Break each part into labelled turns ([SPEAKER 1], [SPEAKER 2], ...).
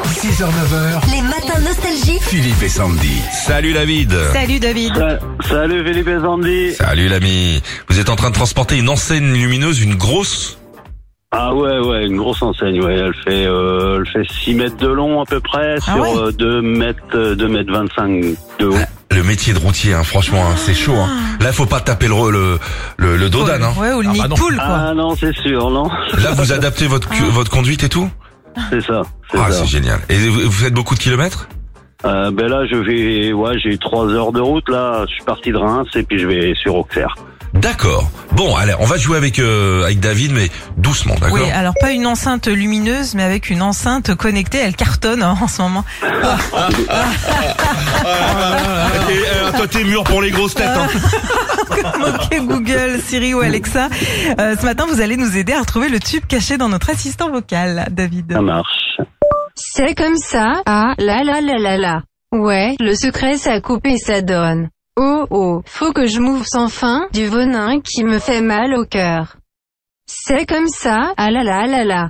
[SPEAKER 1] 6h, 9h,
[SPEAKER 2] Les matins nostalgiques.
[SPEAKER 1] Philippe et Sandy.
[SPEAKER 3] Salut David
[SPEAKER 4] Salut David.
[SPEAKER 5] Sa- Salut Philippe et Sandy.
[SPEAKER 3] Salut l'ami Vous êtes en train de transporter une enseigne lumineuse, une grosse
[SPEAKER 5] Ah ouais, ouais, une grosse enseigne, ouais. Elle fait, euh, elle fait 6 mètres de long à peu près,
[SPEAKER 4] Ah
[SPEAKER 5] sur
[SPEAKER 4] ouais
[SPEAKER 5] euh, 2 mètres, euh, 2 mètres 25 de haut.
[SPEAKER 3] Le métier de routier, hein, franchement, hein, c'est chaud. Hein. Là, faut pas taper le, le, le, le dos d'âne. hein.
[SPEAKER 4] Ah. Ouais, ou le
[SPEAKER 1] Ah
[SPEAKER 4] nid
[SPEAKER 1] bah
[SPEAKER 4] de
[SPEAKER 1] non.
[SPEAKER 4] poule, quoi.
[SPEAKER 5] Ah non, c'est sûr, non
[SPEAKER 3] Là, vous adaptez votre,
[SPEAKER 4] Ah.
[SPEAKER 3] cu- votre conduite et tout
[SPEAKER 5] C'est ça, c'est
[SPEAKER 3] Ah,
[SPEAKER 5] ça.
[SPEAKER 3] c'est génial. Et vous vous faites beaucoup de kilomètres
[SPEAKER 5] Euh, ben là, je vais, ouais, j'ai 3 heures de route, là. Je suis parti de Reims et puis je vais sur Auxerre.
[SPEAKER 3] D'accord. Bon, allez, on va jouer avec, euh, avec David, mais doucement, d'accord
[SPEAKER 4] Oui, alors pas une enceinte lumineuse, mais avec une enceinte connectée. Elle cartonne hein, en ce moment.
[SPEAKER 3] euh, Toi, t'es mûr pour les grosses têtes. hein.
[SPEAKER 4] Ah.
[SPEAKER 3] Ah.
[SPEAKER 4] Moquez Google, Siri ou Alexa. Euh, ce matin, vous allez nous aider à retrouver le tube caché dans notre assistant vocal,
[SPEAKER 3] Ah
[SPEAKER 4] David.
[SPEAKER 5] Ça marche.
[SPEAKER 6] C'est comme ça, ah, la la la la la. Ouais, le secret ça coupe et ça donne. Oh oh, faut que je m'ouvre sans fin, du venin qui me fait mal au cœur. C'est comme ça, ah la la la la.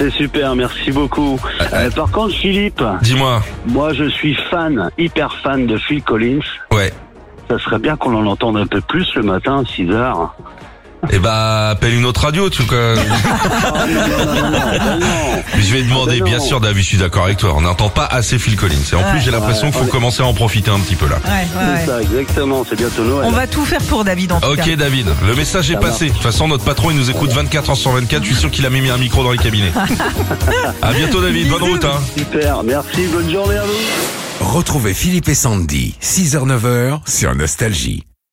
[SPEAKER 5] C'est super, merci beaucoup. Euh, par contre, Philippe,
[SPEAKER 3] Dis-moi.
[SPEAKER 5] moi, je suis fan, hyper fan de Phil Collins.
[SPEAKER 3] Ouais.
[SPEAKER 5] Ça serait bien qu'on en entende un peu plus le matin, 6 heures.
[SPEAKER 3] Eh bah, appelle une autre radio, tu vois. Mais je vais demander,
[SPEAKER 5] Ben non.
[SPEAKER 3] bien sûr, David, je suis d'accord avec toi. On n'entend pas assez Phil Collins. Et en
[SPEAKER 4] Ouais.
[SPEAKER 3] plus, j'ai l'impression qu'il faut commencer à en profiter un petit peu là.
[SPEAKER 4] Ouais, ouais,
[SPEAKER 5] C'est
[SPEAKER 4] ouais.
[SPEAKER 5] ça, exactement, c'est bientôt Noël.
[SPEAKER 4] On va tout faire pour David en tout cas.
[SPEAKER 3] Ok, David, le message est
[SPEAKER 5] Ça
[SPEAKER 3] passé. De toute façon, notre patron, il nous écoute 24 h sur 24. Je suis sûr qu'il a mis un micro dans les cabinets. à bientôt, David. Bonne
[SPEAKER 4] Bisous.
[SPEAKER 3] route, hein.
[SPEAKER 5] Super, merci, bonne journée à vous.
[SPEAKER 1] Retrouvez Philippe et Sandy, 6h, 9h sur Nostalgie.